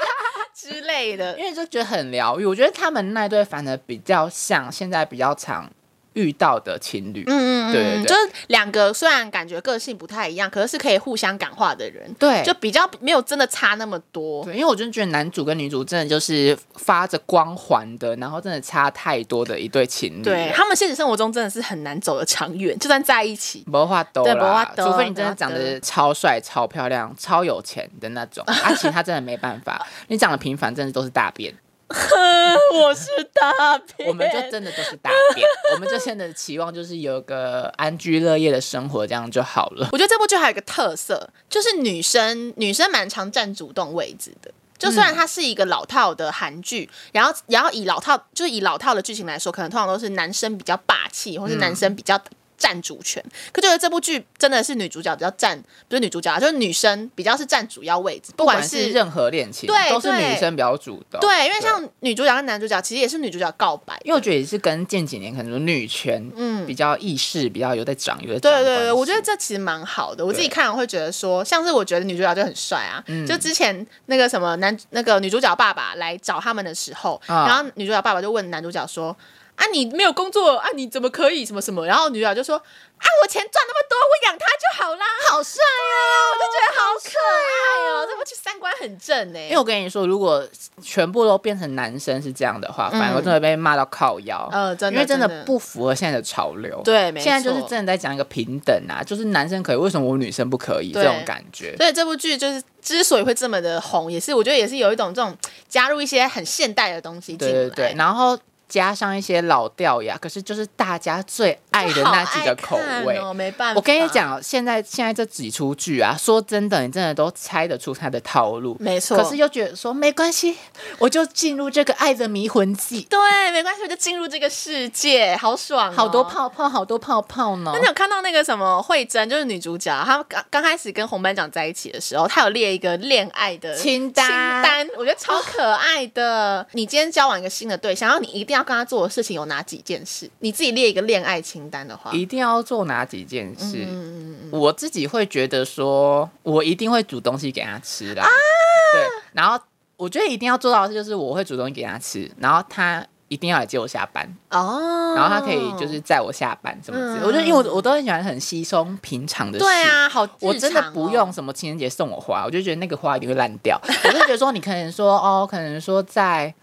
之类的
因。为就觉得很疗愈。我觉得他们那一对反而比较像现在比较常遇到的情侣，
嗯
对对对
就是两个虽然感觉个性不太一样，可是是可以互相感化的人，
对
就比较没有真的差那么多。
对，因为我真的觉得男主跟女主真的就是发着光环的，然后真的差太多的一对情侣。
对，他们现实生活中真的是很难走得长远，就算在一起，
没话都
对没话
啦，
多
除非你真的
没话
长
多
得超帅、超漂亮、超有钱的那种，而且他真的没办法。你长得平凡，真的都是大便，
我是大便，
我们 就真的都是大便，我们就真的期望就是有个安居乐业的生活，这样就好了。
我觉得这部剧还有一个特色，就是女生女生蛮常占主动位置的。就虽然它是一个老套的韩剧，然后然后以老套就是以老套的剧情来说，可能通常都是男生比较霸
嗯
气，或是男生比较占主权。可觉得这部剧真的是女主角比较占，不是女主角啊，就是女生比较是占主要位置，不
不
管
管
是
是任何恋情，
对
都是
对
女生比较主动。
对，因为像女主角跟男主角其实也是女主角告白，
因为我觉得也是跟近几年可能说女权，嗯，比较意识比较有在长，有在长
对
的
对对，
关
我觉得
系
这其实蛮好的。我自己
对嗯
看了会觉得说，像是我觉得女主角就很帅啊，就之前那个什么男那个女主角爸爸来找他们的时候，
啊
然后女主角爸爸就问男主角说。啊，你没有工作啊？你怎么可以什么什么？然后女主角就说：“啊，我钱赚那么多，我养他就好啦。”好帅哦、我就觉得好可爱哦、这部剧三观很正哎、
因为我跟你说，如果全部都变成男生是这样的话，反而真的被骂到靠腰。
嗯呃真的
因为真
真的
的不符合现在的潮流。
对没
现在就是
错
真的在讲一个平等啊，就是男生可以，为什么我女生不可以？
对
这种感觉。
所以这部剧就是之所以会这么的红，也是我觉得也是有一种这种加入一些很现代的东西进
对
来。
对对，然后加上一些老掉牙，可是就是大家最爱的那几个口味。
好爱看哦没办法。
我跟你，讲，现在现在这几出剧啊，说真的，你真的都猜得出他的套路。
没错。
可是又觉得说没关系，我就进入这个爱的迷魂记，
对，没关系，我就进入这个世界，好爽、哦
好多。泡泡，好多泡泡呢
那。你有看到那个什么慧珍，就是女主角，她刚刚开始跟红班长在一起的时候，她有列一个恋爱的
清单
清单我觉得超可 爱的。你今天交往一个新的对象，然后你一定要跟他做的事情有哪几件事？你自己列一个恋爱清单的话，
一定要做哪几件事？我自己会觉得说，我一定会煮东西给他吃啦。对，然后我觉得一定要做到的事就是，我会煮东西给他吃，然后他一定要来接我下班，
哦，
然后他可以就是载我下班什么之类的。我觉得，因为我我都很喜欢很稀松平常的事。
对啊，好、
我真的不
哦
用。什么情人节送我花，我就觉得那个花一定会烂掉。我就觉得说，你可能说哦，可能说在、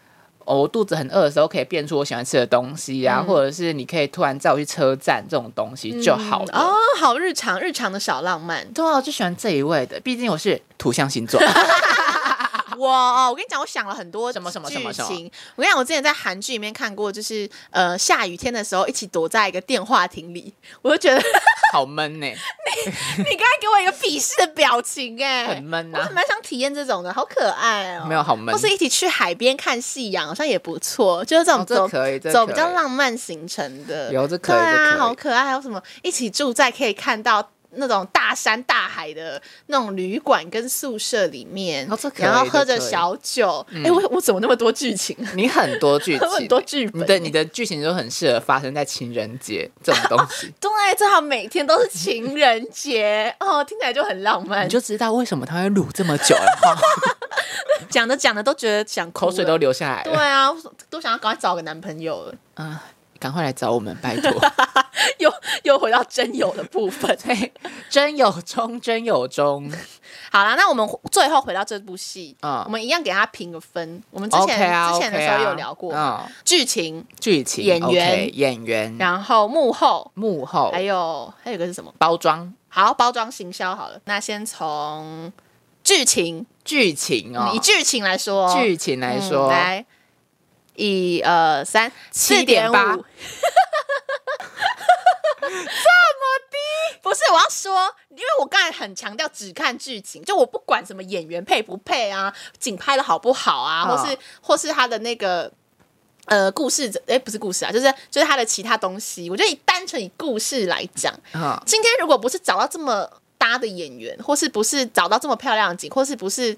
哦、我肚子很饿的时候，可以变出我喜欢吃的东西
嗯
啊，或者是你可以突然载我去车站这种东西就好了。
哦，好日常，日常的小浪漫。
对啊，我就喜欢这一位的，毕竟我是土象星座。
哇！我跟你讲，我想了很多
什么什么什么
剧
什么
情。我跟你讲，我之前在韩剧里面看过，就是呃下雨天的时候一起躲在一个电话亭里，我就觉得 你
好闷呢、
刚才给我一个鄙视的表情、哎，
很闷
我
啊
还蛮想体验这种的，好可爱哦、
没有好闷
或是一起去海边看夕阳，好像也不错，就是这种
哦这
走、
可以这
走
可
比
以
较浪漫行程的，
有这可以
对
这可
啊，
以
好可爱。还有什么一起住在可以看到。那种大山大海的那种旅馆跟宿舍里面，
哦这可以
然后
这
喝着
可以嗯
小酒，哎、我我怎么那么多剧情啊？
你很多剧情，
很多剧本。
你的你的剧情就很适合发生在情人节这种东西
对，正好每天都是情人节 哦，听起来就 很浪漫。
你就知道为什么他会录这么久了，
讲着讲着都觉得想
口
哭了
水都流下来
对
了。
啊，都想要赶快找个男朋友了。
啊，赶快来找我们，拜托。
又又回到真友的部分。
对，真有中，真有 中。
好啦，那我们最后回到这部戏，
嗯
我们一样给他评个分。我们之前
OK 啊，
之前的
OK
时
啊
候有聊过
嗯，
剧情，
剧情、
演员
OK，演员、
然后幕后，
幕后
还、有还有一个是什么？
包装、
好，包装行销好了。那先从剧情，
剧情哦
以。剧情来说嗯哦，
剧情来
嗯
说，
来，一二三，四
7.8
五，这么低，不不是，我要说，因为我刚才很强调只看剧情，就我不管什么演员配不配啊，景拍的好不好啊，
哦
或是或是他的那个呃故事，哎、不是故事啊，就是就是他的其他东西，我觉得以单纯以故事来讲，
啊、
今天如果不是找到这么搭的演员，或是不是找到这么漂亮的景，或是不是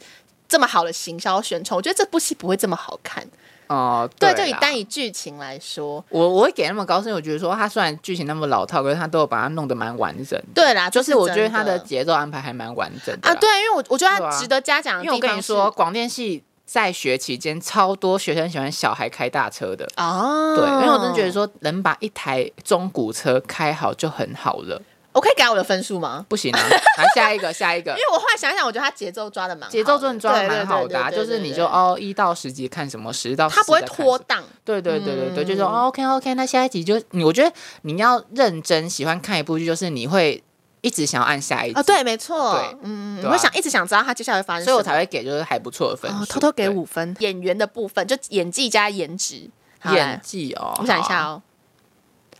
这么好的行销宣传，我觉得这部戏不会这么好看。
哦，
对，就
对
以
啦
单以剧情来说，
我我会给那么高，是因为我觉得说他虽然剧情那么老套，可是他都有把它弄得蛮完整。
对啦，
就是我觉得他
他
的节奏安排还蛮完整的
啊，
啦
对，，因为我我觉得
对
他
啊
值得嘉奖的
因为我
地
跟
方
你
是
说，广电系在学期间超多学生喜欢小孩开大车的。
哦，
对，因为我真的觉得，说，能把一台中古车开好就很好了，
我可以改我的分数吗？
不行啊！ 来下一个，下一个
因，为我后来想一想，我觉得他节奏抓的蛮好的
节奏真的抓得
对对
蛮好
对
的、啊，
对
就
对
是
对
你
对
就哦一到十集看什么，十到
他不会
14在看什么
拖档，
对对对对对，就是说、
嗯
哦、OK OK，那下一集就你，我觉得你要认真喜欢看一部剧，就是你会一直想要按下一集，
啊，对，没错
哦对，
嗯，
对
我
啊
会想一直想知道他接下来会发生什么，
所以我才会给就是还不错的分数、
哦偷偷给
对
五分。演员的部分就演技加颜值，好
演
来，
技哦，
哎我想一下
好啊，
哦。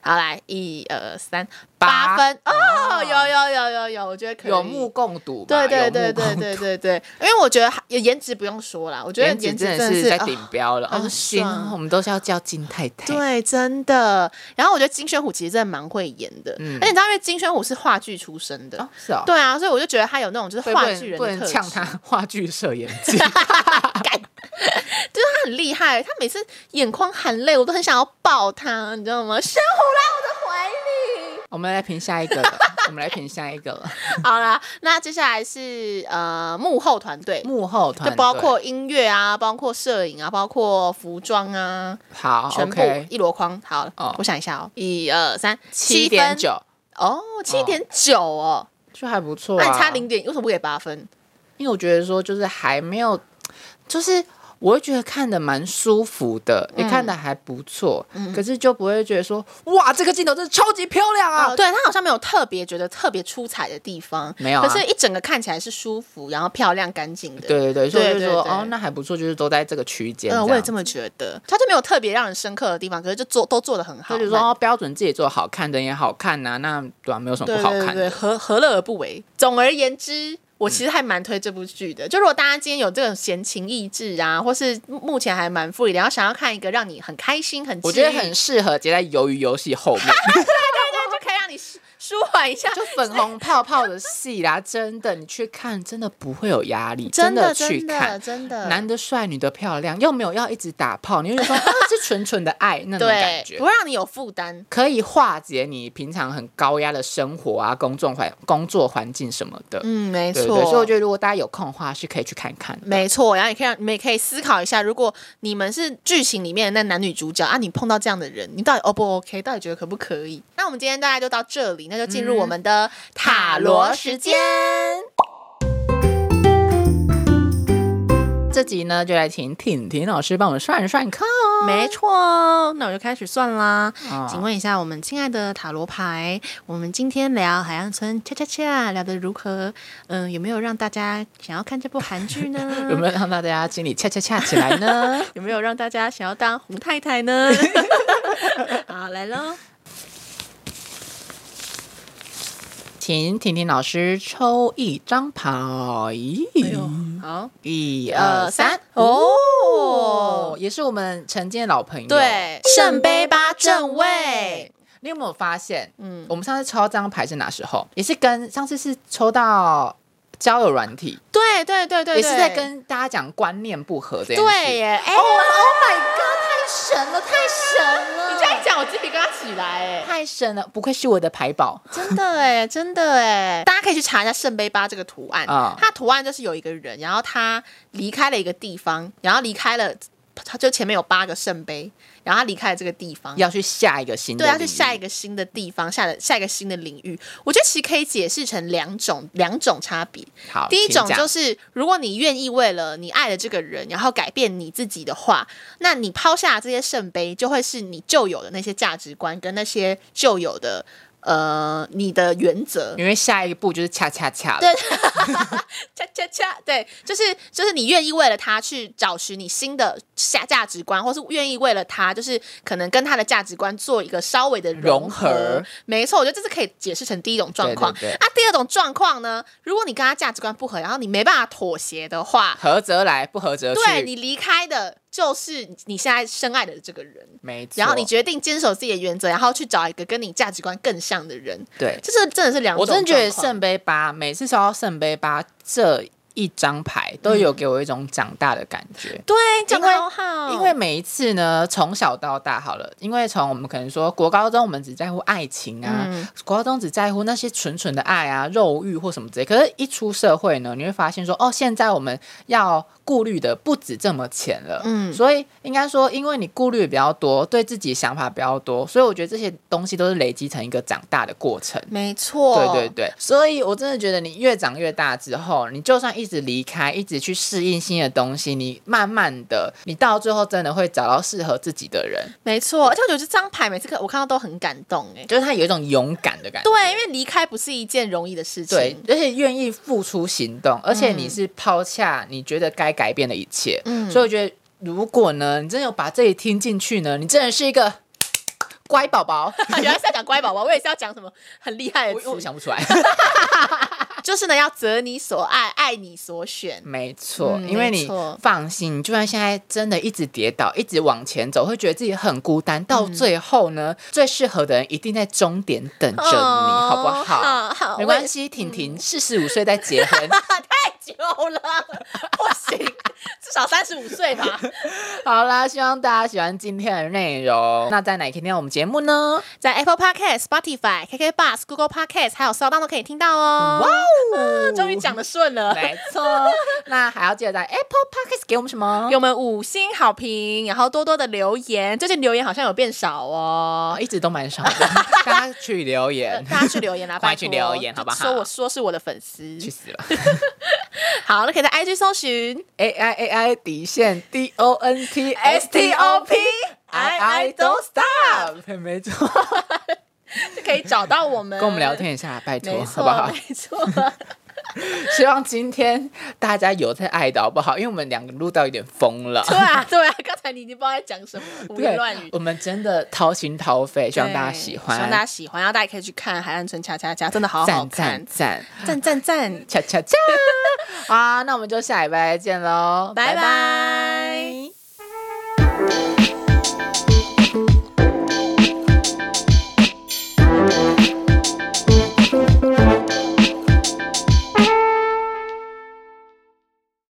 好，来，一二三，
八
八分哦，有有有有有，我觉得可以。
有目共睹吧，
对对
有
对
目共
对对对对，因为我觉得颜值不用说啦，我觉得
颜值
值
真的
真是
是在
哦
顶标了，
好
哦，行
爽，
我们都是要叫金太太，
对，真的。然后我觉得金宣虎其实真的蛮会演的，
嗯
而且你知道，因为金宣虎是话剧出身的，
哦，是哦，
对啊，所以我就觉得他有那种就是
所以
话
不能
剧人
不
的
能
特质，
呛他 话剧社演技，
就是他很厉害，他每次眼眶含泪，我都很想要抱他，你知道吗？宣虎来我的怀里。
我们来评下一个 了，我们来评下一个了，
好啦，那接下来是呃幕后团队。
幕后
就
团
包
队
括音乐啊，包括摄影啊，包括服装啊，
好
全部
哦 OK
一箩筐。好，
哦
我想一下哦，一二三，
七
分
点九，
哦，七点九哦，
就还不错、
那
啊，
你差零点，为什么不给八分？
因为我觉得说就是还没有，就是我会觉得看的蛮舒服的，
嗯
也看的还不错，可是就不会觉得说啊哇这个镜头真的超级漂亮啊，
哦，对，它好像没有特别觉得特别出彩的地方，
没有啊
可是一整个看起来是舒服，然后漂亮干净的。，
对对对，所以我就
对对
说
对
哦那还不错，就是都在这个区间，
嗯，我也这
么。
么觉得，它就没有特别让人深刻的地方，可是就做都做的很好。
他就说
蛮
哦，标准自己做好看的也好看呐、那对啊，没有什么
对
不好
对对
看
对，
的。
何何乐而不为？总而言之。我其实还蛮推这部剧
嗯
的，就如果大家今天有这种闲情逸致啊，或是目前还蛮富裕的，然后想要看一个让你很开心、很
我觉得
治愈
很适合接在鱿鱼游戏后面，
就可以让你舒舒缓一下，
就粉红泡泡的戏啦，真的，你去看真的不会有压力，
真
的
的
去
真
看
的。真的
男的帅，女的漂亮，又没有要一直打炮，你就觉得说啊，是纯纯的爱那种感
对，
觉
不，让你有负担。
可以化解你平常很高压的生活啊、工作环工作环境什么的。
嗯，没
对
错。
对对，所以我觉得如果大家有空的话，是可以去看看的。
没错，然后也可以让你们也可以思考一下，如果你们是剧情里面的那男女主角啊，你碰到这样的人，你到底 O 不 OK？到底觉得可不可以？那我们今天大概就到这里，那就进入我们的塔罗时间。
这集呢，就来请婷婷老师帮我们涮一涮看。
没错，那我就开始算啦。
啊
请问一下，我们亲爱的塔罗牌，我们今天聊海岸村恰恰恰聊得如何？嗯、有没有让大家想要看这部韩剧呢？
有没有让大家心里恰恰恰起来呢？
有没有让大家想要当红太太呢？ 好，来喽。
请婷婷老师抽一张牌，
哎好，
一
呃
二三
三，
哦，也是我们陈建老朋友。
对，圣杯八正位，
你有没有发现？
嗯
嗯，我们上次抽到这张牌是哪时候？也是跟上次是抽到交友软体，
对对对对，
也是在
对
跟大家讲观念不合这件事。
对耶，哎、
，Oh my god！太神了，太神了！
你这样一讲，我鸡皮疙瘩起来，哎，
太神了，不愧是我的牌宝。
真的哎，真的哎，大家可以去查一下圣杯八这个图案，
啊
它图案就是有一个人，然后他离开了一个地方，然后离开了，他就前面有八个圣杯，然后他离开了这个地方，
要去下一个新的
对，
领域，
要去下一个新的地方，下的下一个新的领域。我觉得其实可以解释成两种两种差别。
好，
第一种
请讲
就是，如果你愿意为了你爱的这个人，然后改变你自己的话，那你抛下这些圣杯，就会是你旧有的那些价值观跟那些旧有的呃你的原则。
因为下一步就是恰恰恰了。
对，恰恰恰，对，就是就是你愿意为了他去找寻你新的价价值观，或是愿意为了他，就是可能跟他的价值观做一个稍微的
融
合。
合
没错，我觉得这是可以解释成第一种状况。
对对对
啊，第二种状况呢，如果你跟他价值观不合，然后你没办法妥协的话，
合则来，不合则去。
对你离开的就是你现在深爱的这个人。
没错。
然后你决定坚守自己的原则，然后去找一个跟你价值观更像的人，
对，
这是真的是两种
我
状
真
况。
的觉得圣杯八，每次抽到圣杯八这一张牌，都有给我一种长大的感觉。
对讲的
因为
好好，
因为每一次呢，从小到大好了，因为从我们可能说国高中，我们只在乎爱情啊，
嗯
国高中只在乎那些纯纯的爱啊、肉欲或什么之类。可是，一出社会呢，你会发现说，哦，现在我们要顾虑的不止这么浅了。
嗯
所以应该说，因为你顾虑比较多，对自己想法比较多，所以我觉得这些东西都是累积成一个长大的过程。
没错，
对对对，所以我真的觉得你越长越大之后，你就算一直离开，一直去适应新的东西，你慢慢的，你到最后真的会找到适合自己的人，
没错，而且我觉得这张牌每次看我看到都很感动哎。
就是他有一种勇敢的感觉。
对，因为离开不是一件容易的事情。
对，而且愿意付出行动，而且你是抛下你觉得该改变的一切。
嗯
所以我觉得，如果呢，你真的有把这里听进去呢，你真的是一个乖宝宝。
原来是要讲乖宝宝，我也是要讲什么很厉害的
我我
词，
想不出来。
就是呢要择你所爱，爱你所选。
没错，
嗯
因为
没
你
错
放心，你就算现在真的一直跌倒，一直往前走，会觉得自己很孤单。到
嗯
最后呢，最适合的人一定在终点等着你，
哦
好不好？
好，嗯好
没关，系，婷婷四十五岁再结 婚，
我也太久了，不行，至少三十五岁吧。
好啦，希望大家喜欢今天的内容。那在哪天听我们节目呢？
在 Apple Podcast、Spotify、KK Bus、Google Podcast 还有骚当都可以听到哦。哇哦，终于讲的顺了。
没错，那还要记得在 Apple Podcast 给我们什么
给？我们五星好评，然后多多的留言。最近留言好像有变少哦
哦，，一直都蛮少的， 大家去留言，
大家嗯去留言 啦，
快
拜
去
托
留言好不好
说我说是我的粉丝，
去死了
好，那可以在 IG 搜寻
！A I A I 底线 D O N T S T O P。I I don't stop，没 错，
就可以找到我们，
跟我们聊，天一下，拜托，
没
好
错，
不好？
没错，
希望今天大家有在爱的好不好？因为我们两个录到有点疯 了，
对啊，对啊，刚才你已经不知道在讲什么，胡言
对
乱语，。
我们真的掏心掏肺，希
希
望大家喜欢，
希望大家喜欢，然后大家也可以去看《海岸村恰恰恰》，真的好好
赞
看
赞，赞，
赞赞 赞，
恰恰恰，好啊，那我们就下礼拜再见喽，
拜拜